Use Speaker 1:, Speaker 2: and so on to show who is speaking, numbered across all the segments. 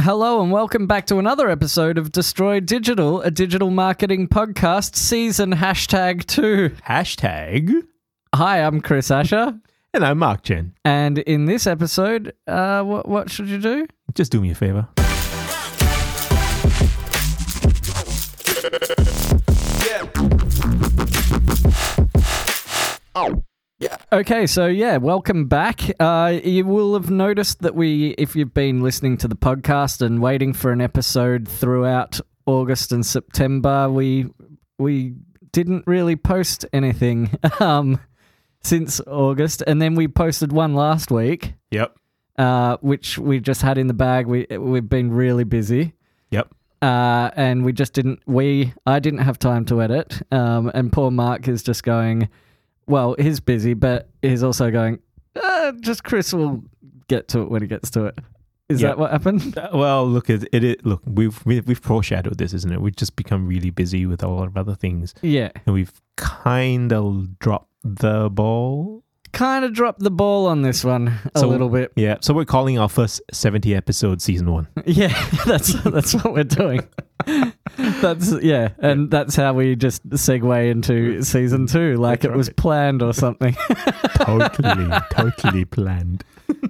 Speaker 1: Hello and welcome back to another episode of Destroy Digital, a digital marketing podcast, season hashtag two.
Speaker 2: Hashtag.
Speaker 1: Hi, I'm Chris Asher,
Speaker 2: And I'm Mark Chen.
Speaker 1: and in this episode, uh, what what should you do?
Speaker 2: Just do me a favor.
Speaker 1: Okay, so yeah, welcome back. Uh, you will have noticed that we, if you've been listening to the podcast and waiting for an episode throughout August and September, we we didn't really post anything um, since August, and then we posted one last week.
Speaker 2: Yep.
Speaker 1: uh, which we just had in the bag. We we've been really busy,
Speaker 2: Yep.
Speaker 1: uh, and we just didn't. We I didn't have time to edit. Um, and poor Mark is just going. Well, he's busy, but he's also going. Uh, just Chris will get to it when he gets to it. Is
Speaker 2: Yeah.
Speaker 1: that what happened?
Speaker 2: Uh, Well, look, it, it, it look we've we- we've foreshadowed this, isn't it? We've just become really busy with a lot of other things,
Speaker 1: Yeah,
Speaker 2: and we've kind of dropped the ball.
Speaker 1: kind of dropped the ball on this one a
Speaker 2: So-
Speaker 1: little bit.
Speaker 2: Yeah, so we're calling our first seventy episode season one.
Speaker 1: Yeah, that's that's what we're doing. that's yeah, and that's how we just segue into season two, like
Speaker 2: That's
Speaker 1: it was
Speaker 2: right.
Speaker 1: planned or something.
Speaker 2: Totally, totally planned.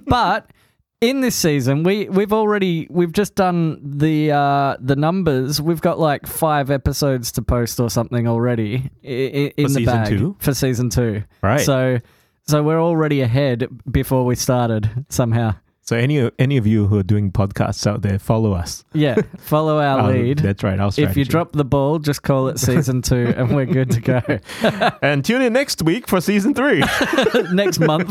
Speaker 1: but in this season we we've already we've just done the uh the numbers we've got like five episodes to post or something already i- i- in the
Speaker 2: season
Speaker 1: bag
Speaker 2: two?
Speaker 1: for season two
Speaker 2: Right. So,
Speaker 1: so so we're already ahead before we started somehow
Speaker 2: any any of you who are doing podcasts out there, follow us.
Speaker 1: yeah follow our
Speaker 2: Our-
Speaker 1: lead
Speaker 2: Oh, That's right. Our
Speaker 1: if you
Speaker 2: strategy.
Speaker 1: drop the ball just call it season two and we're good to go
Speaker 2: and tune in next week for season three.
Speaker 1: next month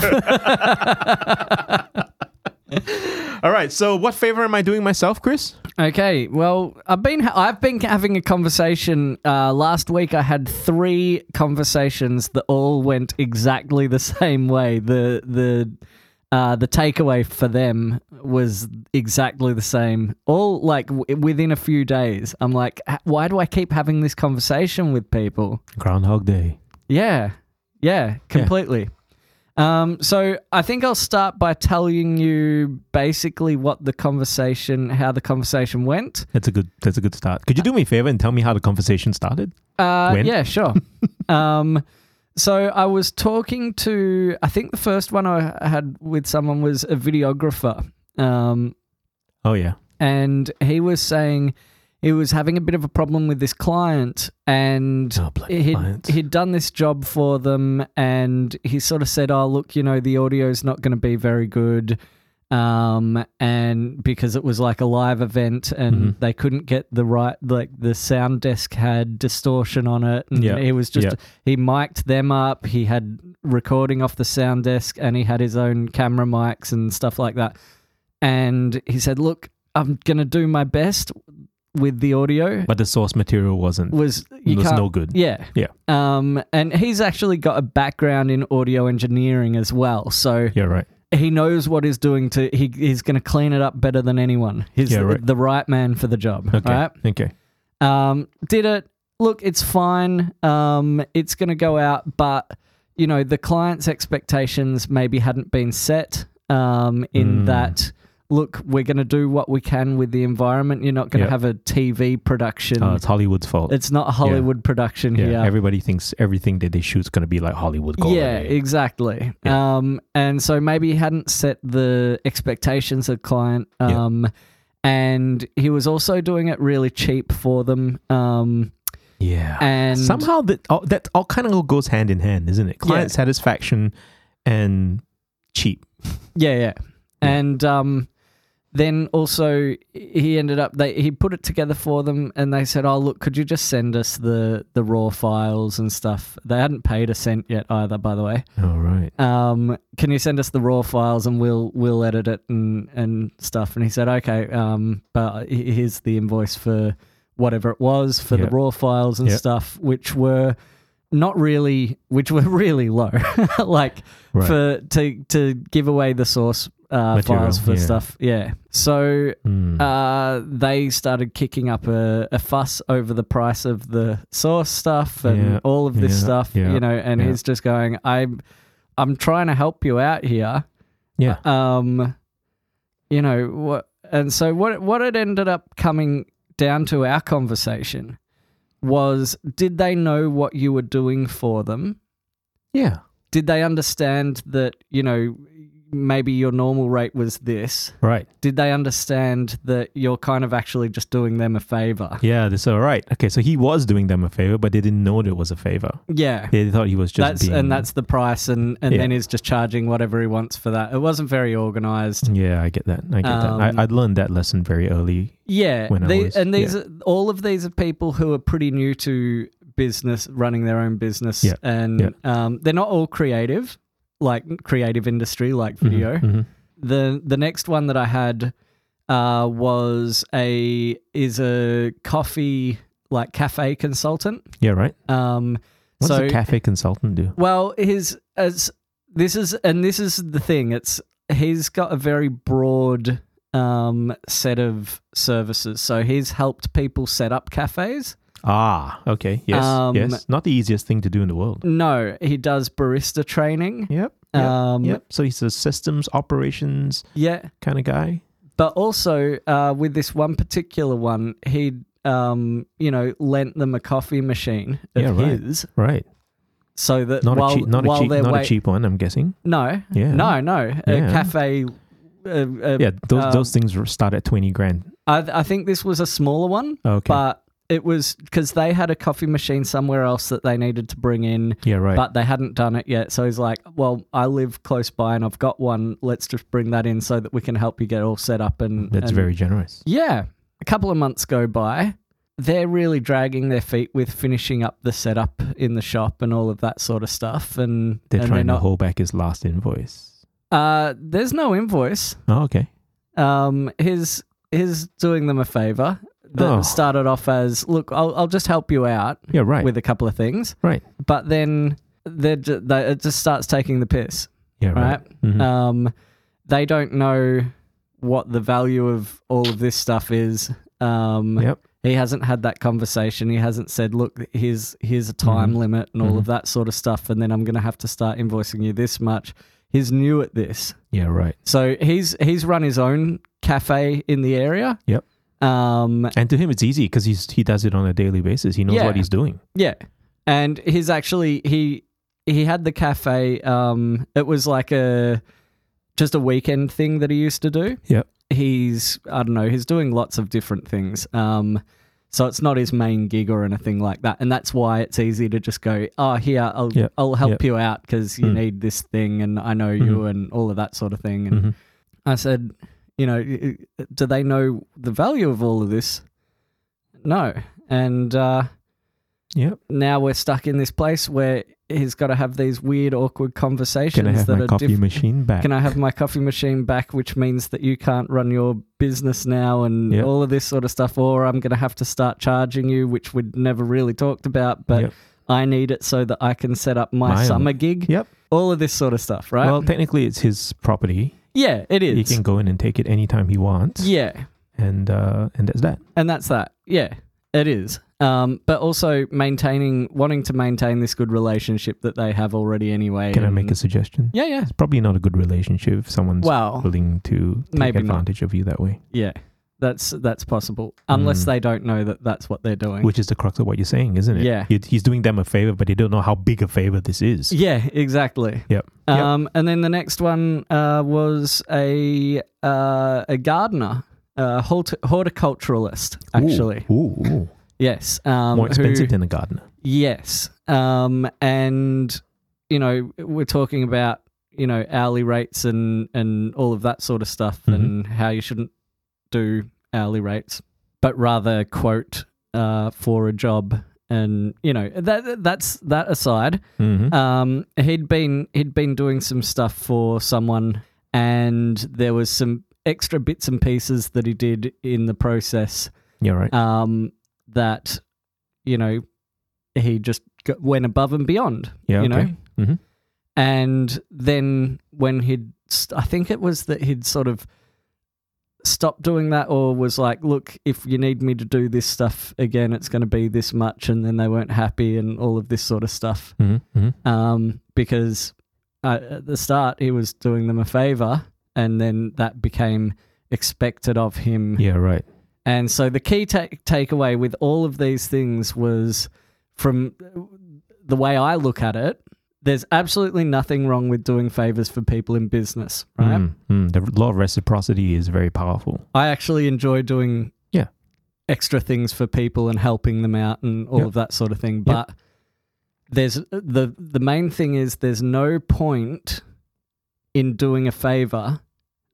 Speaker 2: All right. So, what favor am I doing myself, Chris?
Speaker 1: Okay, well, I've been I've been having a conversation. Uh, last week, I had three conversations that all went exactly the same way. The the uh, the takeaway for them was exactly the same. All like w- within a few days, I'm like, "H- why do I keep having this conversation with people?
Speaker 2: Groundhog Day.
Speaker 1: Yeah, yeah, completely. Um, so I think I'll start by telling you basically what the conversation, how the conversation went.
Speaker 2: That's a good. That's a good start. Could you do me a favor and tell me how the conversation started?
Speaker 1: Uh,
Speaker 2: When?
Speaker 1: Yeah, sure. um, so I was talking to, I think the first one I had with someone was a videographer. Um,
Speaker 2: Oh yeah.
Speaker 1: and he was saying he was having a bit of a problem with this client and
Speaker 2: Oh, bloody
Speaker 1: he'd,
Speaker 2: clients.
Speaker 1: he'd done this job for them and he sort of said, Oh, look, you know, the audio's not going to be very good. Um, and because it was like a live event and
Speaker 2: Mhm.
Speaker 1: they couldn't get the right, like the sound desk had distortion on it. And
Speaker 2: Yeah,
Speaker 1: he was just,
Speaker 2: yeah.
Speaker 1: he mic'd them up. He had recording off the sound desk and he had his own camera mics and stuff like that. And he said, Look, I'm going to do my best with the audio.
Speaker 2: But the source material wasn't.
Speaker 1: was you
Speaker 2: was
Speaker 1: can't,
Speaker 2: no good.
Speaker 1: yeah.
Speaker 2: Yeah.
Speaker 1: Um, and he's actually got a background in audio engineering as well. So
Speaker 2: Yeah. Right.
Speaker 1: he knows what he's doing to he, he's going to clean it up better than anyone. He's
Speaker 2: Yeah,
Speaker 1: the,
Speaker 2: right.
Speaker 1: the right man for the job,
Speaker 2: Okay.
Speaker 1: right?
Speaker 2: Okay.
Speaker 1: Um, did it. Look, it's fine. Um, it's going to go out, but you know, the client's expectations maybe hadn't been set um, in
Speaker 2: Mm.
Speaker 1: that Look, we're going to do what we can with the environment. You're not going to
Speaker 2: Yeah.
Speaker 1: have a TV production.
Speaker 2: Oh, it's Hollywood's fault.
Speaker 1: It's not a Hollywood production
Speaker 2: yeah.
Speaker 1: here.
Speaker 2: Everybody thinks everything that they shoot's gonna be like Hollywood quality.
Speaker 1: yeah, exactly. Um, and so maybe he hadn't set the expectations of client.
Speaker 2: Yeah.
Speaker 1: Um, and he was also doing it really cheap for them. Um,
Speaker 2: yeah.
Speaker 1: and
Speaker 2: Somehow that all, that all kind of goes hand in hand, isn't it? Client satisfaction and cheap.
Speaker 1: Yeah, yeah. And um, then also he ended up they he put it together for them and they said, "Oh, look, could you just send us the the raw files and stuff?" They hadn't paid a cent yet either, by the way.
Speaker 2: All right.
Speaker 1: um, can you send us the raw files and we'll we'll edit it and and stuff? And he said, okay, um, but he- here's the invoice for whatever it was for
Speaker 2: Yeah.
Speaker 1: the raw files and
Speaker 2: Yeah.
Speaker 1: stuff, which were not really, which were really low, like
Speaker 2: Right.
Speaker 1: for to to give away the source uh,
Speaker 2: Material,
Speaker 1: files for
Speaker 2: yeah.
Speaker 1: stuff. Yeah, so.
Speaker 2: Mm.
Speaker 1: Uh, they started kicking up a, a fuss over the price of the source stuff and
Speaker 2: Yeah,
Speaker 1: all of this
Speaker 2: yeah,
Speaker 1: stuff,
Speaker 2: yeah,
Speaker 1: you know. And
Speaker 2: yeah.
Speaker 1: he's just going, "I'm, I'm trying to help you out here.
Speaker 2: yeah.
Speaker 1: Um, you know what? And so what what it ended up coming down to our conversation was did they know what you were doing for them?
Speaker 2: Yeah.
Speaker 1: Did they understand that, you know, maybe your normal rate was this?
Speaker 2: Right.
Speaker 1: Did they understand that you're kind of actually just doing them a favor?
Speaker 2: Yeah, that's all right. Okay, so he was doing them a favor, but they didn't know it was a favor.
Speaker 1: Yeah.
Speaker 2: They thought he was just
Speaker 1: that's
Speaker 2: being.
Speaker 1: and that's the price and, and
Speaker 2: Yeah.
Speaker 1: then he's just charging whatever he wants for that. It wasn't very organized.
Speaker 2: Yeah, I get that. I get that.
Speaker 1: Um,
Speaker 2: I, I learned that lesson very early.
Speaker 1: Yeah,
Speaker 2: when I
Speaker 1: the-
Speaker 2: was-
Speaker 1: and these are, all of these are people who are pretty new to business, running their own business,
Speaker 2: Yeah,
Speaker 1: and
Speaker 2: yeah.
Speaker 1: Um, they're not all creative, like creative industry, like
Speaker 2: Mhm,
Speaker 1: Mm-hmm, video.
Speaker 2: mhm.
Speaker 1: the The next one that I had uh, was a is a coffee like cafe consultant.
Speaker 2: Yeah, right.
Speaker 1: Um,
Speaker 2: What
Speaker 1: so
Speaker 2: does a cafe consultant do?
Speaker 1: well, his as this is and this is the thing. It's he's got a very broad um set of services. So he's helped people set up cafes.
Speaker 2: Ah, okay. Yes,
Speaker 1: Um,
Speaker 2: yes. Not the easiest thing to do in the world.
Speaker 1: No, he does barista training.
Speaker 2: Yep. Yep.
Speaker 1: um
Speaker 2: yep. So he's a systems operations
Speaker 1: yeah.
Speaker 2: kind of guy.
Speaker 1: But also uh with this one particular one, he um, you know, lent them a coffee machine of
Speaker 2: Yeah, right.
Speaker 1: his
Speaker 2: Right.
Speaker 1: so that
Speaker 2: Not
Speaker 1: while
Speaker 2: a cheap, not
Speaker 1: while
Speaker 2: a cheap,
Speaker 1: they're
Speaker 2: not
Speaker 1: wait-
Speaker 2: a cheap one. I'm guessing.
Speaker 1: No.
Speaker 2: Yeah.
Speaker 1: No, no. A
Speaker 2: Yeah.
Speaker 1: cafe uh, uh,
Speaker 2: Yeah. Those
Speaker 1: um,
Speaker 2: those things start at twenty grand.
Speaker 1: I, I think this was a smaller one.
Speaker 2: Okay.
Speaker 1: but it was because they had a coffee machine somewhere else that they needed to bring in
Speaker 2: yeah. Right.
Speaker 1: but they hadn't done it yet so he's like well i live close by and i've got one let's just bring that in so that we can help you get all set up and
Speaker 2: That's
Speaker 1: and-
Speaker 2: very generous.
Speaker 1: yeah a couple of months go by they're really dragging their feet with finishing up the setup in the shop and all of that sort of stuff and
Speaker 2: They're
Speaker 1: and
Speaker 2: trying to
Speaker 1: not,
Speaker 2: hold back his last invoice.
Speaker 1: uh there's no invoice
Speaker 2: Oh, okay.
Speaker 1: um, his his doing them a favor that
Speaker 2: Oh.
Speaker 1: started off as look, I'll, I'll just help you out
Speaker 2: Yeah. Right.
Speaker 1: with a couple of things,
Speaker 2: right.
Speaker 1: but then they're ju- they, it just starts taking the piss,
Speaker 2: Yeah.
Speaker 1: right?
Speaker 2: Right. Mhm.
Speaker 1: Um, they don't know what the value of all of this stuff is. Um,
Speaker 2: Yep.
Speaker 1: He hasn't had that conversation. He hasn't said, "Look, here's here's
Speaker 2: Mm-hmm.
Speaker 1: a time limit and all of that sort of stuff," and then I'm going to have to start invoicing you this much. He's new at this.
Speaker 2: Yeah. Right.
Speaker 1: So he's he's run his own cafe in the area.
Speaker 2: Yep.
Speaker 1: Um,
Speaker 2: And to him, it's easy because he's he does it on a daily basis. He knows
Speaker 1: Yeah.
Speaker 2: what he's doing.
Speaker 1: yeah, and he's actually he he had the cafe. Um, it was like a just a weekend thing that he used to do.
Speaker 2: Yep.
Speaker 1: He's I don't know. He's doing lots of different things. Um, so it's not his main gig or anything like that, and that's why it's easy to just go, oh, here I'll
Speaker 2: Yep.
Speaker 1: I'll help
Speaker 2: Yep. Hmm.
Speaker 1: you out because you
Speaker 2: Mm.
Speaker 1: need this thing, and I know you, and all of that sort of thing, and.
Speaker 2: Mhm.
Speaker 1: I said, you know, y- y- do they know the value of all of this? No. And uh,
Speaker 2: Yep.
Speaker 1: now we're stuck in this place where he's got to have these weird, awkward conversations
Speaker 2: Can I have
Speaker 1: that
Speaker 2: my
Speaker 1: are
Speaker 2: coffee
Speaker 1: diff-
Speaker 2: machine back?
Speaker 1: Can I have my coffee machine back? Which means that you can't run your business now and
Speaker 2: Yep.
Speaker 1: all of this sort of stuff. Or I'm going to have to start charging you, which we'd never really talked about, but
Speaker 2: Yep.
Speaker 1: I need it so that I can set up my,
Speaker 2: My own-
Speaker 1: summer gig.
Speaker 2: Yep.
Speaker 1: All of this sort of stuff, right?
Speaker 2: Well, technically, it's his property.
Speaker 1: yeah, it
Speaker 2: He
Speaker 1: is.
Speaker 2: can go in and take it anytime he wants.
Speaker 1: yeah.
Speaker 2: And uh, and that's that.
Speaker 1: and that's that. Yeah, it is. Um, but also maintaining, wanting to maintain this good relationship that they have already anyway.
Speaker 2: Can I make a
Speaker 1: and-
Speaker 2: suggestion?
Speaker 1: Yeah, yeah.
Speaker 2: It's probably not a good relationship if someone's
Speaker 1: Well,
Speaker 2: willing to take
Speaker 1: maybe not.
Speaker 2: advantage of you that way,
Speaker 1: yeah. That's that's possible, unless
Speaker 2: Mm.
Speaker 1: they don't know that that's what they're doing.
Speaker 2: which is the crux of what you're saying, isn't it?
Speaker 1: Yeah.
Speaker 2: He- He's doing them a favor, but they don't know how big a favor this is.
Speaker 1: yeah, exactly.
Speaker 2: Yep. Yep.
Speaker 1: Um, and then the next one uh, was a uh, a gardener, a hort- horticulturalist, actually.
Speaker 2: Ooh, ooh, ooh.
Speaker 1: Yes. Um,
Speaker 2: more expensive
Speaker 1: who-
Speaker 2: than a gardener.
Speaker 1: Yes. Um, and you know, we're talking about you know hourly rates and and all of that sort of stuff,
Speaker 2: Mhm.
Speaker 1: and how you shouldn't do hourly rates, but rather quote uh, for a job. And you know that that's that aside.
Speaker 2: Mhm.
Speaker 1: Um, he'd been he'd been doing some stuff for someone, and there was some extra bits and pieces that he did in the process
Speaker 2: yeah, right.
Speaker 1: um, that you know he just go- went above and beyond,
Speaker 2: yeah,
Speaker 1: you know.
Speaker 2: okay. Mhm.
Speaker 1: and then when he'd, st- I think it was that he'd sort of stopped doing that, or was like, "Look, if you need me to do this stuff again, it's going to be this much," and then they weren't happy and all of this sort of stuff,
Speaker 2: Mhm, mhm.
Speaker 1: um, because uh, at the start he was doing them a favor, and then that became expected of him.
Speaker 2: Yeah, right.
Speaker 1: And so the key ta- takeaway with all of these things was from the way I look at it, there's absolutely nothing wrong with doing favors for people in business, right?
Speaker 2: Mm, mm. The law of reciprocity is very powerful.
Speaker 1: I actually enjoy doing
Speaker 2: Yeah.
Speaker 1: extra things for people and helping them out and all
Speaker 2: Yep.
Speaker 1: of that sort of thing. But there's the the main thing is there's no point in doing a favor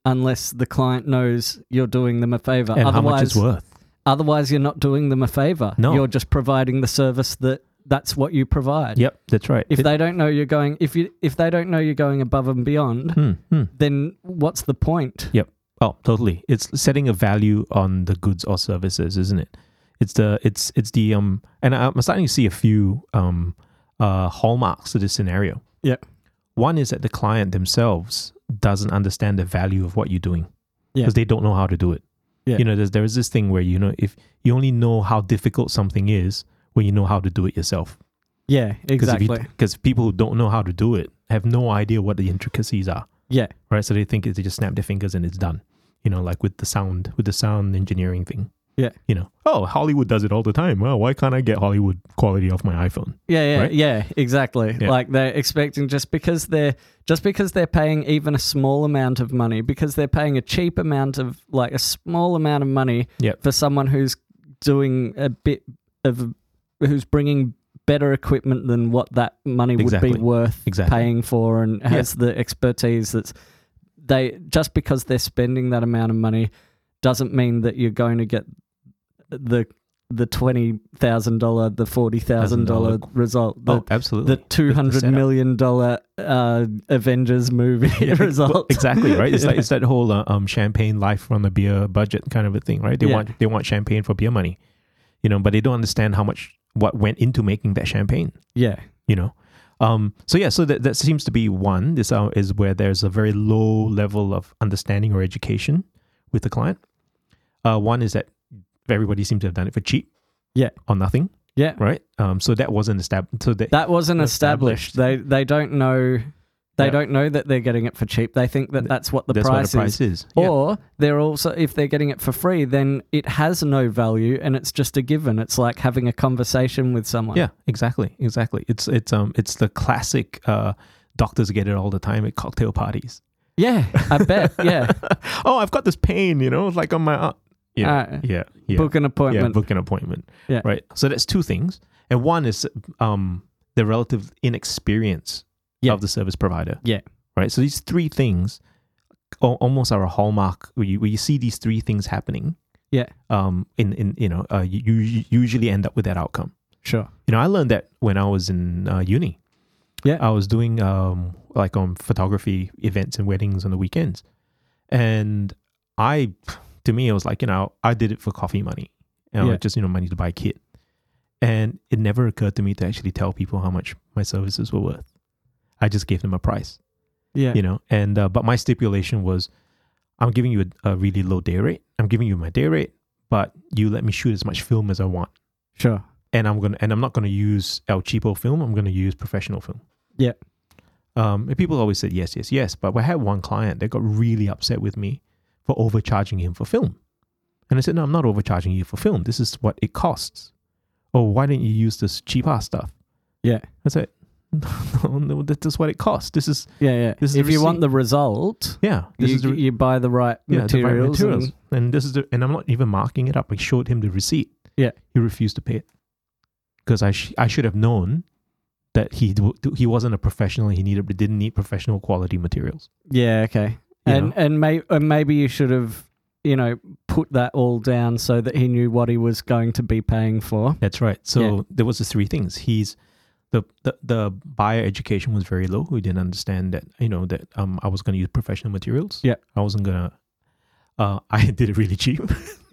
Speaker 1: unless the client knows you're doing them a favor.
Speaker 2: And how much it's worth.
Speaker 1: otherwise you're not doing them a favor.
Speaker 2: No.
Speaker 1: You're just providing the service that that's what you provide.
Speaker 2: Yep, that's right.
Speaker 1: If
Speaker 2: It-
Speaker 1: they don't know you're going if you if they don't know you're going above and beyond,
Speaker 2: Mm, mm.
Speaker 1: then what's the point?
Speaker 2: Yep. Oh, totally. It's setting a value on the goods or services, isn't it? It's the it's it's the um and I- I'm starting to see a few um uh hallmarks to this scenario.
Speaker 1: Yep.
Speaker 2: One is that the client themselves doesn't understand the value of what you're doing
Speaker 1: Yeah.
Speaker 2: because they don't know how to do it.
Speaker 1: Yeah.
Speaker 2: You know, there's there is this thing where you know if you only know how difficult something is when you know how to do it yourself.
Speaker 1: Yeah, exactly.
Speaker 2: Because people who don't know how to do it have no idea what the intricacies are
Speaker 1: yeah.
Speaker 2: right? So they think it- they just snap their fingers and it's done. You know, like with the sound, with the sound engineering thing.
Speaker 1: Yeah.
Speaker 2: You know, oh, Hollywood does it all the time. Well, why can't I get Hollywood quality off my iPhone?
Speaker 1: Yeah, yeah,
Speaker 2: Right?
Speaker 1: yeah, exactly.
Speaker 2: Yeah.
Speaker 1: Like they're expecting just because they're just because they're paying even a small amount of money, because they're paying a cheap amount of like a small amount of money
Speaker 2: Yep.
Speaker 1: for someone who's doing a bit of who's bringing better equipment than what that money would
Speaker 2: Exactly.
Speaker 1: be worth
Speaker 2: Exactly.
Speaker 1: paying for and has the expertise that's they just because they're spending that amount of money doesn't mean that you're going to get the the twenty thousand dollar, the forty thousand dollar result, the
Speaker 2: oh, absolutely.
Speaker 1: the two hundred
Speaker 2: setup.
Speaker 1: million dollar uh, Avengers movie
Speaker 2: Yeah, ex-
Speaker 1: result.
Speaker 2: well, exactly right. It's like it's that whole uh, um champagne life on the beer budget kind of a thing, right? They
Speaker 1: Yeah.
Speaker 2: want they want champagne for beer money, you know, but they don't understand how much what went into making that champagne.
Speaker 1: Yeah,
Speaker 2: you know um so yeah so that, that seems to be one this uh, is where there's a very low level of understanding or education with the client uh one is that everybody seems to have done it for cheap
Speaker 1: Yeah.
Speaker 2: or nothing
Speaker 1: yeah.
Speaker 2: right um so that wasn't established so that,
Speaker 1: That wasn't
Speaker 2: Established.
Speaker 1: established. They they don't know. They
Speaker 2: Yeah.
Speaker 1: don't know that they're getting it for cheap. They think that that's what the,
Speaker 2: that's
Speaker 1: price,
Speaker 2: what the price
Speaker 1: is. Oh.
Speaker 2: is Yeah.
Speaker 1: Or they're also if they're getting it for free, then it has no value and it's just a given. It's like having a conversation with someone.
Speaker 2: Yeah, exactly, exactly. It's it's um it's the classic uh, doctors get it all the time at cocktail parties.
Speaker 1: Yeah, I bet. Yeah.
Speaker 2: Oh, I've got this pain, you know, like on my ar- yeah,
Speaker 1: Uh,
Speaker 2: yeah, yeah.
Speaker 1: Book an appointment.
Speaker 2: Yeah, book an appointment.
Speaker 1: Yeah.
Speaker 2: Right. So that's two things. And one is um, the relative inexperience
Speaker 1: Yeah.
Speaker 2: of the service provider.
Speaker 1: Yeah.
Speaker 2: Right. So these three things al- almost are a hallmark where you, where you see these three things happening.
Speaker 1: Yeah.
Speaker 2: Um, in, in you know, uh, you, you usually end up with that outcome.
Speaker 1: Sure.
Speaker 2: You know, I learned that when I was in uh, uni.
Speaker 1: Yeah.
Speaker 2: I was doing um like on photography events and weddings on the weekends. And I to me it was like, you know, I did it for coffee money. You know,
Speaker 1: Yeah.
Speaker 2: just, you know, money to buy a kit. And it never occurred to me to actually tell people how much my services were worth. I just gave them a price,
Speaker 1: Yeah.
Speaker 2: you know. And uh, but my stipulation was I'm giving you a, a really low day rate. I'm giving you my day rate, but you let me shoot as much film as I want
Speaker 1: Sure.
Speaker 2: and I'm gonna and I'm not gonna use El Cheapo film. I'm gonna use professional film.
Speaker 1: Yeah.
Speaker 2: Um, and people always said yes, yes, yes. But I had one client that got really upset with me for overcharging him for film, and I said, no, I'm not overcharging you for film. This is what it costs. Oh, why didn't you use this cheap ass stuff?
Speaker 1: Yeah.
Speaker 2: I said, no, no, that- that's what it costs. This is
Speaker 1: Yeah, yeah.
Speaker 2: This is
Speaker 1: if
Speaker 2: the
Speaker 1: you want
Speaker 2: receipt.
Speaker 1: the result,
Speaker 2: yeah, this
Speaker 1: you,
Speaker 2: is the,
Speaker 1: you buy the right
Speaker 2: yeah, the right
Speaker 1: materials.
Speaker 2: materials.
Speaker 1: and-
Speaker 2: And, this is the, and I'm not even marking it up. I showed him the receipt.
Speaker 1: Yeah.
Speaker 2: he refused to pay it because I sh- I should have known that he d- he wasn't a professional. He needed didn't need professional quality materials.
Speaker 1: yeah, okay.
Speaker 2: You
Speaker 1: And
Speaker 2: know?
Speaker 1: and, may, and maybe you should have, you know, put that all down so that he knew what he was going to be paying for.
Speaker 2: That's right. So there was the three things. He's the, the the buyer education was very low. We didn't understand that you know that um I was going to use professional materials.
Speaker 1: Yeah.
Speaker 2: I wasn't gonna. Uh, I did it really cheap.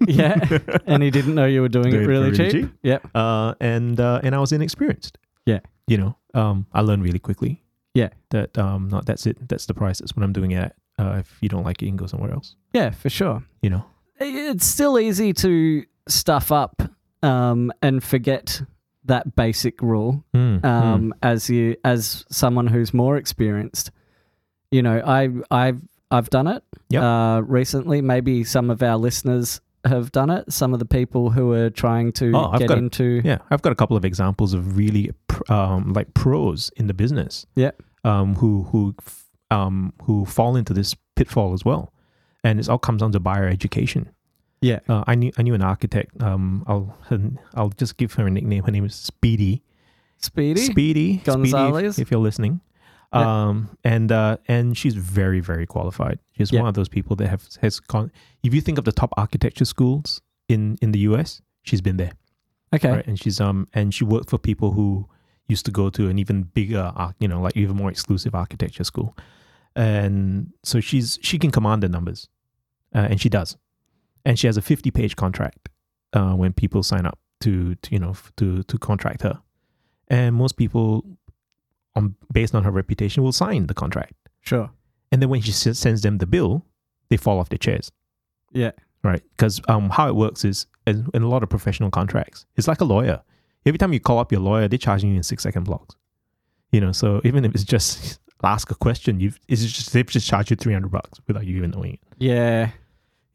Speaker 1: yeah. And he didn't know you were doing
Speaker 2: Doing
Speaker 1: it
Speaker 2: it
Speaker 1: really
Speaker 2: really
Speaker 1: cheap.
Speaker 2: cheap.
Speaker 1: Yep.
Speaker 2: uh, and uh, and I was inexperienced.
Speaker 1: Yeah.
Speaker 2: you know, um, I learned really quickly.
Speaker 1: Yeah.
Speaker 2: that um, not that's it. That's the price. That's what I'm doing it at. Uh, if you don't like it, you can go somewhere else.
Speaker 1: Yeah, for sure.
Speaker 2: You know,
Speaker 1: It's still easy to stuff up um, and forget that basic rule
Speaker 2: Mm,
Speaker 1: um, as you as someone who's more experienced. You know, I I I've done it
Speaker 2: Yep.
Speaker 1: uh, recently. Maybe some of our listeners have done it. Some of the people who are trying to
Speaker 2: Oh, I've
Speaker 1: get
Speaker 2: got it.
Speaker 1: into
Speaker 2: Yeah, I've got a couple of examples of really pr- um, like pros in the business.
Speaker 1: Yeah.
Speaker 2: um, who who f- um, who fall into this pitfall as well, and it all comes down to buyer education.
Speaker 1: Yeah.
Speaker 2: Uh, I knew I knew an architect. Um, I'll I'll just give her a nickname. Her name is Speedy.
Speaker 1: Speedy.
Speaker 2: Speedy
Speaker 1: Gonzalez?
Speaker 2: Speedy, if, if you're listening.
Speaker 1: Yeah.
Speaker 2: Um, and uh, and she's very very qualified. She's
Speaker 1: Yeah.
Speaker 2: one of those people that have has gone. If you think of the top architecture schools in in the U.S., she's been there,
Speaker 1: okay.
Speaker 2: right? And she's um and she worked for people who used to go to an even bigger, arch- you know, like even more exclusive architecture school, and so she's she can command the numbers, uh, and she does, and she has a fifty page contract uh, when people sign up to, to you know f- to to contract her and most people on based on her reputation will sign the contract
Speaker 1: Sure.
Speaker 2: and then when she s- sends them the bill they fall off their chairs
Speaker 1: Yeah.
Speaker 2: right because um, how it works is in, in a lot of professional contracts it's like a lawyer every time you call up your lawyer they're charging you in six second blocks you know so even if it's just ask a question you've it's just they've just charged you 300 bucks without you even knowing it
Speaker 1: Yeah.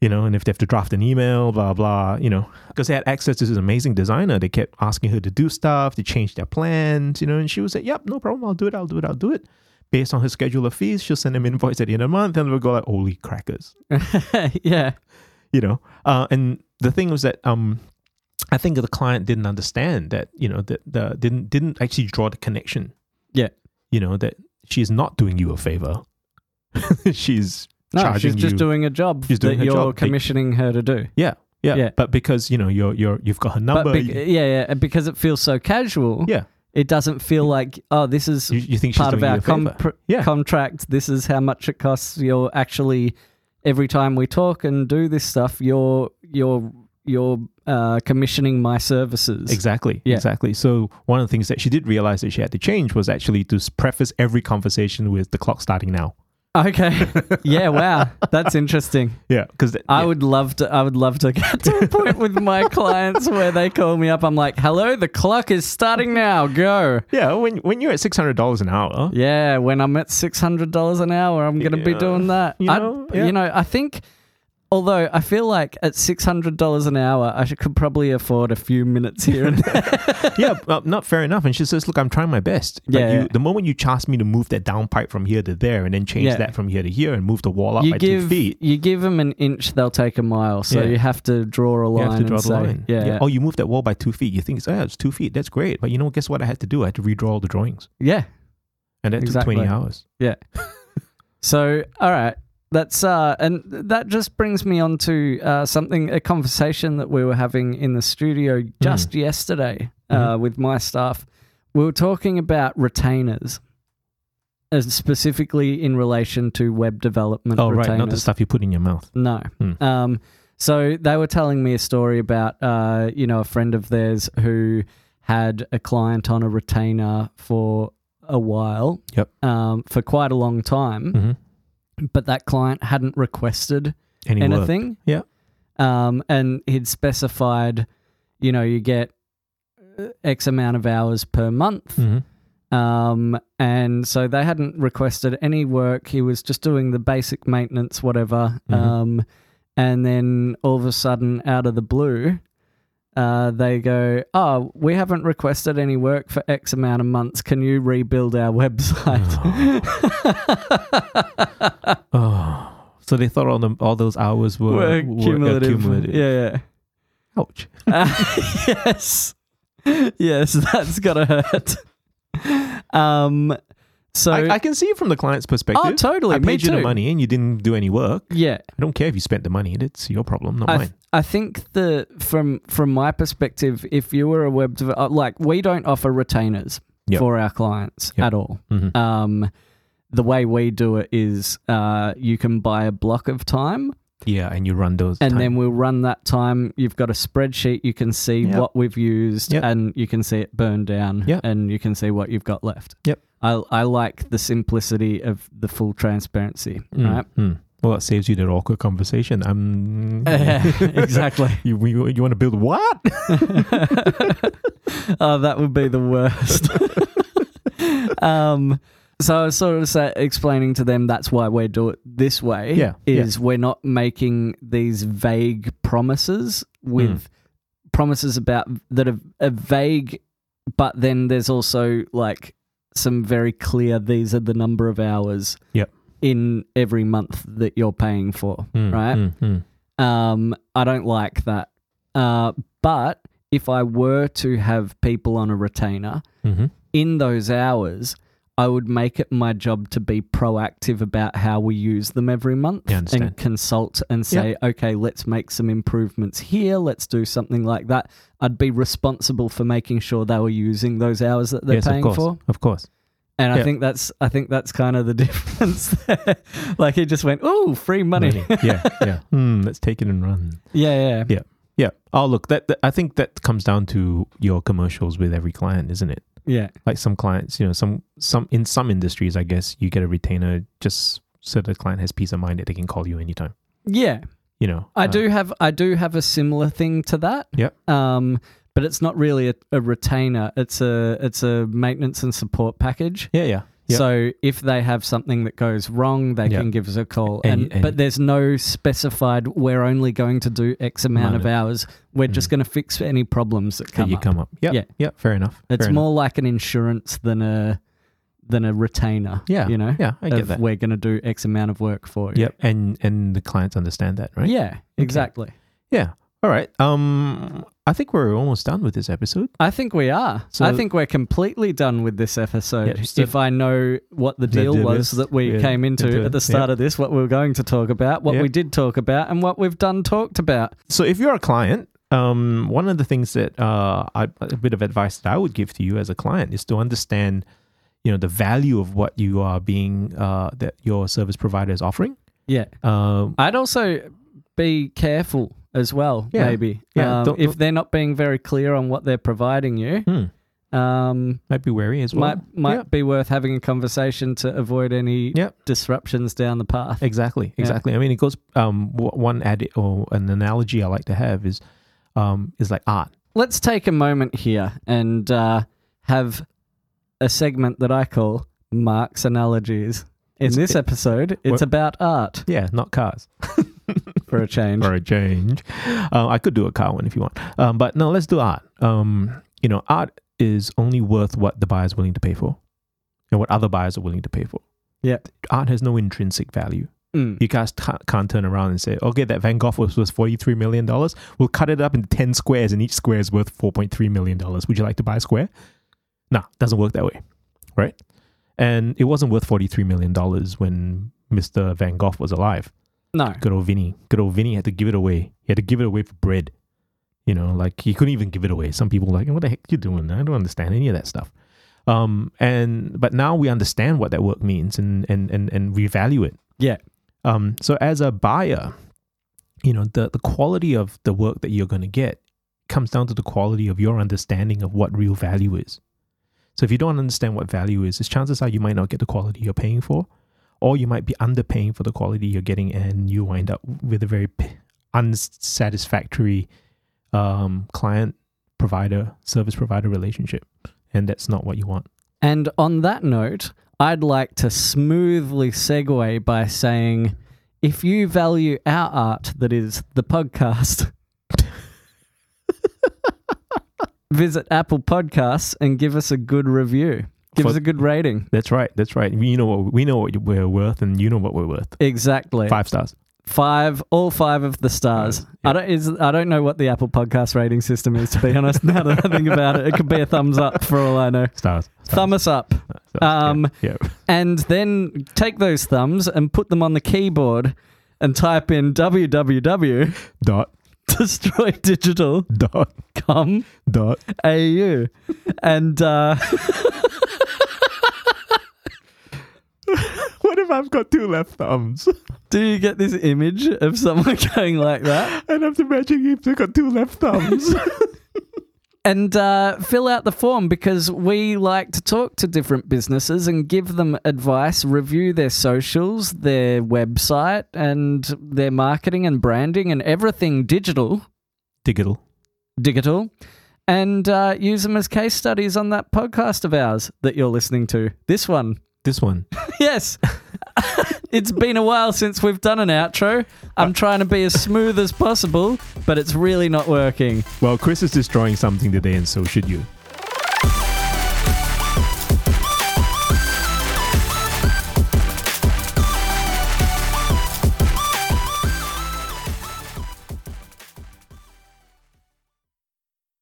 Speaker 2: you know, and if they have to draft an email, blah, blah, you know, because they had access to this amazing designer. They kept asking her to do stuff, to change their plans, you know, and she would say, yep, no problem, I'll do it, I'll do it, I'll do it. Based on her schedule of fees, she'll send them invoice at the end of the month, and we'll go like, holy crackers,
Speaker 1: yeah.
Speaker 2: you know. Uh, and the thing was that um, I think the client didn't understand that, you know, that the didn't didn't actually draw the connection.
Speaker 1: Yeah.
Speaker 2: You know, that she's not doing you a favor. she's
Speaker 1: No,
Speaker 2: charging
Speaker 1: she's just
Speaker 2: you.
Speaker 1: doing a job
Speaker 2: She's
Speaker 1: that
Speaker 2: doing her
Speaker 1: you're
Speaker 2: job. They-
Speaker 1: commissioning her to do.
Speaker 2: yeah,
Speaker 1: Yeah.
Speaker 2: but because you know you're you're you've got her number,
Speaker 1: but eh, bec-
Speaker 2: you-
Speaker 1: yeah, yeah, and because it feels so casual,
Speaker 2: Yeah.
Speaker 1: it doesn't feel like oh, this is
Speaker 2: You, you think she's
Speaker 1: part of
Speaker 2: doing you
Speaker 1: our
Speaker 2: a favor?
Speaker 1: com- pr-
Speaker 2: Yeah.
Speaker 1: contract. This is how much it costs. You're actually every time we talk and do this stuff, you're you're you're uh, commissioning my services.
Speaker 2: exactly,
Speaker 1: Yeah.
Speaker 2: exactly. So one of the things that she did realize that she had to change was actually to s- preface every conversation with the clock starting now.
Speaker 1: Okay. yeah. Wow. That's interesting.
Speaker 2: Yeah, because
Speaker 1: I would love to. I would love to get to a point with my clients where they call me up. I'm like, "Hello, the clock is starting now. Go."
Speaker 2: yeah when when you're at six hundred dollars an hour,
Speaker 1: Yeah, when I'm at six hundred dollars an hour, I'm gonna be
Speaker 2: Yeah.
Speaker 1: doing that.
Speaker 2: You
Speaker 1: I-
Speaker 2: know, yeah.
Speaker 1: you know, I think. Although I feel like at six hundred dollars an hour, I should, could probably afford a few minutes here and there.
Speaker 2: yeah, well, not fair enough. And she says, "Look, I'm trying my best." But
Speaker 1: Yeah.
Speaker 2: you, the moment you charge me to move that down pipe from here to there, and then change
Speaker 1: Yeah.
Speaker 2: that from here to here, and move the wall up
Speaker 1: you
Speaker 2: by two
Speaker 1: give
Speaker 2: feet,
Speaker 1: you give them an inch, they'll take a mile. So
Speaker 2: Yeah.
Speaker 1: you have to draw a
Speaker 2: you
Speaker 1: line.
Speaker 2: have to draw
Speaker 1: and
Speaker 2: the
Speaker 1: say,
Speaker 2: line.
Speaker 1: Yeah, yeah,
Speaker 2: Oh, you moved that wall by two feet. You think, oh, it's two feet. That's great. But you know, guess what? I had to do. I had to redraw all the drawings,
Speaker 1: yeah.
Speaker 2: and that
Speaker 1: Exactly.
Speaker 2: took twenty hours.
Speaker 1: So, all right, that's uh, and that just brings me on to uh, something a conversation that we were having in the studio
Speaker 2: Mm.
Speaker 1: just yesterday uh,
Speaker 2: Mm-hmm.
Speaker 1: with my staff. We were talking about retainers, and specifically in relation to web development.
Speaker 2: Oh,
Speaker 1: retainers.
Speaker 2: right, not the stuff you put in your mouth.
Speaker 1: No.
Speaker 2: Hmm.
Speaker 1: Um, so they were telling me a story about, uh, you know, a friend of theirs who had a client on a retainer for a while,
Speaker 2: Yep.
Speaker 1: um, for quite a long time,
Speaker 2: Mm-hmm.
Speaker 1: but that client hadn't requested anything.
Speaker 2: Yeah.
Speaker 1: Um, and he'd specified, you know, you get uh, X amount of hours per month.
Speaker 2: Mm-hmm.
Speaker 1: Um, and so they hadn't requested any work. He was just doing the basic maintenance, whatever.
Speaker 2: Mhm.
Speaker 1: Um, and then all of a sudden, out of the blue, uh, they go, Oh, we haven't requested any work for X amount of months. Can you rebuild our website?
Speaker 2: Oh, so they thought all the all those hours were,
Speaker 1: Were
Speaker 2: were
Speaker 1: cumulative.
Speaker 2: accumulated.
Speaker 1: Yeah, yeah.
Speaker 2: Ouch.
Speaker 1: Uh, yes. Yes, that's got to hurt. Um, so.
Speaker 2: I, I can see it from the client's perspective.
Speaker 1: Oh, totally.
Speaker 2: I
Speaker 1: me
Speaker 2: paid you the
Speaker 1: too.
Speaker 2: money and you didn't do any work.
Speaker 1: Yeah,
Speaker 2: I don't care if you spent the money. It's your problem, not
Speaker 1: I, th-
Speaker 2: mine.
Speaker 1: I think the from from my perspective, if you were a web developer, like we don't offer retainers
Speaker 2: Yep.
Speaker 1: for our clients
Speaker 2: Yep.
Speaker 1: at all.
Speaker 2: Mhm.
Speaker 1: Um, the way we do it is uh, you can buy a block of time,
Speaker 2: Yeah, and you run those.
Speaker 1: and
Speaker 2: time.
Speaker 1: then we'll run that time. You've got a spreadsheet. You can see
Speaker 2: Yep.
Speaker 1: what we've used,
Speaker 2: Yep.
Speaker 1: and you can see it burn down,
Speaker 2: Yep.
Speaker 1: and you can see what you've got left.
Speaker 2: Yep.
Speaker 1: I I like the simplicity of the full transparency.
Speaker 2: Mm,
Speaker 1: Right.
Speaker 2: mm. Well, that saves you that awkward conversation. I'm
Speaker 1: exactly.
Speaker 2: You, you, you want to build what?
Speaker 1: oh, that would be the worst. um, so I was sort of sa explaining to them that's why we do it this way.
Speaker 2: Yeah, yeah.
Speaker 1: is we're not making these vague promises
Speaker 2: Hmm.
Speaker 1: with promises about that are, are vague, but then there's also like some very clear. These are the number of hours.
Speaker 2: Yep.
Speaker 1: In every month that you're paying for,
Speaker 2: Mm-hmm.
Speaker 1: right? Um, I don't like that. Uh, but if I were to have people on a retainer
Speaker 2: hmm
Speaker 1: in those hours, I would make it my job to be proactive about how we use them every month
Speaker 2: Yeah, I
Speaker 1: and
Speaker 2: understand.
Speaker 1: consult and say, okay, let's make some improvements here. Let's do something like that. I'd be responsible for making sure they were using those hours that they're
Speaker 2: Yes, of
Speaker 1: paying
Speaker 2: course.
Speaker 1: for.
Speaker 2: Of course.
Speaker 1: And I
Speaker 2: Yeah.
Speaker 1: think that's I think that's kind of the difference there. like he just went, oh, free money.
Speaker 2: yeah, yeah. Hmm, let's take it and run.
Speaker 1: Yeah, yeah.
Speaker 2: Yeah, yeah. Oh, look, that, that I think that comes down to your commercials with every client, isn't it?
Speaker 1: Yeah.
Speaker 2: Like some clients, you know, some some in some industries, I guess you get a retainer just so the client has peace of mind that they can call you anytime.
Speaker 1: Yeah.
Speaker 2: You know,
Speaker 1: I
Speaker 2: Uh,
Speaker 1: do have I do have a similar thing to that.
Speaker 2: Yep.
Speaker 1: Um, but it's not really a, a retainer. It's a it's a maintenance and support package.
Speaker 2: Yeah, yeah. yeah.
Speaker 1: So if they have something that goes wrong, they
Speaker 2: Yeah.
Speaker 1: can give us a call. And,
Speaker 2: And- and-
Speaker 1: but there's no specified. We're only going to do X amount of
Speaker 2: Amount Mm-hmm.
Speaker 1: hours. We're just going to fix any problems that
Speaker 2: That
Speaker 1: come
Speaker 2: you
Speaker 1: up.
Speaker 2: come up. Yep,
Speaker 1: Yeah.
Speaker 2: yeah, yeah. Fair enough.
Speaker 1: it's
Speaker 2: fair enough.
Speaker 1: more like an insurance than a than a retainer.
Speaker 2: Yeah,
Speaker 1: You know.
Speaker 2: yeah. I get
Speaker 1: of
Speaker 2: that.
Speaker 1: We're going to do X amount of work for you.
Speaker 2: Yep, and and the clients understand that, right?
Speaker 1: Yeah. Exactly.
Speaker 2: yeah. All right. Um, I think we're almost done with this episode.
Speaker 1: I think we are.
Speaker 2: So-
Speaker 1: I think we're completely done with this episode.
Speaker 2: Yeah, so-
Speaker 1: if I know what the
Speaker 2: The
Speaker 1: deal
Speaker 2: deal
Speaker 1: was
Speaker 2: is-
Speaker 1: that we
Speaker 2: yeah,
Speaker 1: came into
Speaker 2: into-
Speaker 1: at the start
Speaker 2: yeah.
Speaker 1: of this, what we were going to talk about, what
Speaker 2: Yeah.
Speaker 1: we did talk about, and what we've done talked about.
Speaker 2: So if you're a client, um, one of the things that uh, I, a bit of advice that I would give to you as a client is to understand, you know, the value of what you are being uh, that your service provider is offering.
Speaker 1: Yeah.
Speaker 2: Um,
Speaker 1: I'd also be careful as well,
Speaker 2: Yeah.
Speaker 1: maybe.
Speaker 2: Yeah,
Speaker 1: Um,
Speaker 2: don't-
Speaker 1: if they're not being very clear on what they're providing you,
Speaker 2: hmm,
Speaker 1: um,
Speaker 2: might be wary as well.
Speaker 1: might might
Speaker 2: Yeah.
Speaker 1: be worth having a conversation to avoid any
Speaker 2: Yeah.
Speaker 1: disruptions down the path.
Speaker 2: Exactly,
Speaker 1: Yeah.
Speaker 2: exactly. I mean, it goes. Um, w- one ad or an analogy I like to have is, um, is like art.
Speaker 1: let's take a moment here and uh, have a segment that I call Mark's Analogies. In
Speaker 2: It's-
Speaker 1: this
Speaker 2: it-
Speaker 1: episode, it's
Speaker 2: What-
Speaker 1: about art
Speaker 2: Yeah, not cars.
Speaker 1: for a change.
Speaker 2: for a change. Uh, I could do a car one if you want, um, but no, let's do art. Um, you know, art is only worth what the buyer's willing to pay for, and what other buyers are willing to pay for.
Speaker 1: Yeah.
Speaker 2: Art has no intrinsic value.
Speaker 1: Mm.
Speaker 2: You guys can't, can't turn around and say, "Okay, that Van Gogh was, was forty three million dollars. We'll cut it up into ten squares, and each square is worth four point three million dollars. Would you like to buy a square?" Nah, doesn't work that way, right? And it wasn't worth forty three million dollars when Mister Van Gogh was alive
Speaker 1: No.
Speaker 2: good old Vinny. Good old Vinny had to give it away. He had to give it away for bread. You know, like he couldn't even give it away. Some people were like, what the heck you doing? I don't understand any of that stuff. Um, and but now we understand what that work means and and and and we value it.
Speaker 1: Yeah.
Speaker 2: Um, so as a buyer, you know, the the quality of the work that you're going to get comes down to the quality of your understanding of what real value is. So if you don't understand what value is, it's chances are you might not get the quality you're paying for, or you might be underpaying for the quality you're getting, and you wind up with a very p- unsatisfactory um, client provider service provider relationship, and that's not what you want.
Speaker 1: And on that note, I'd like to smoothly segue by saying if you value our art, that is the podcast, visit Apple Podcasts and give us a good review. Give
Speaker 2: For-
Speaker 1: us a good rating.
Speaker 2: That's right. That's right. We know what we know what we're worth, and you know what we're worth.
Speaker 1: Exactly.
Speaker 2: Five stars.
Speaker 1: Five, all five of the stars. I don't is I don't know what the Apple Podcast rating system is to be honest. Now that I think about it, it could be a thumbs up for all I know.
Speaker 2: Stars.
Speaker 1: Thumb us up,
Speaker 2: Stars.
Speaker 1: um,
Speaker 2: yeah. yeah.
Speaker 1: and then take those thumbs and put them on the keyboard, and type in
Speaker 2: Dot.
Speaker 1: www.destroydigital.com
Speaker 2: Dot. Dot.
Speaker 1: au, and uh,
Speaker 2: What if I've got two left thumbs?
Speaker 1: do you get this image of someone going like that?
Speaker 2: And I'm imagining if they've got two left thumbs.
Speaker 1: and uh, fill out the form because we like to talk to different businesses and give them advice, review their socials, their website, and their marketing and branding and everything digital,
Speaker 2: Digital.
Speaker 1: digital, and uh, use them as case studies on that podcast of ours that you're listening to. This one,
Speaker 2: This one.
Speaker 1: Yes. it's been a while since we've done an outro. I'm trying to be as smooth as possible, but it's really not working.
Speaker 2: Well, Chris is destroying something today, and so should you.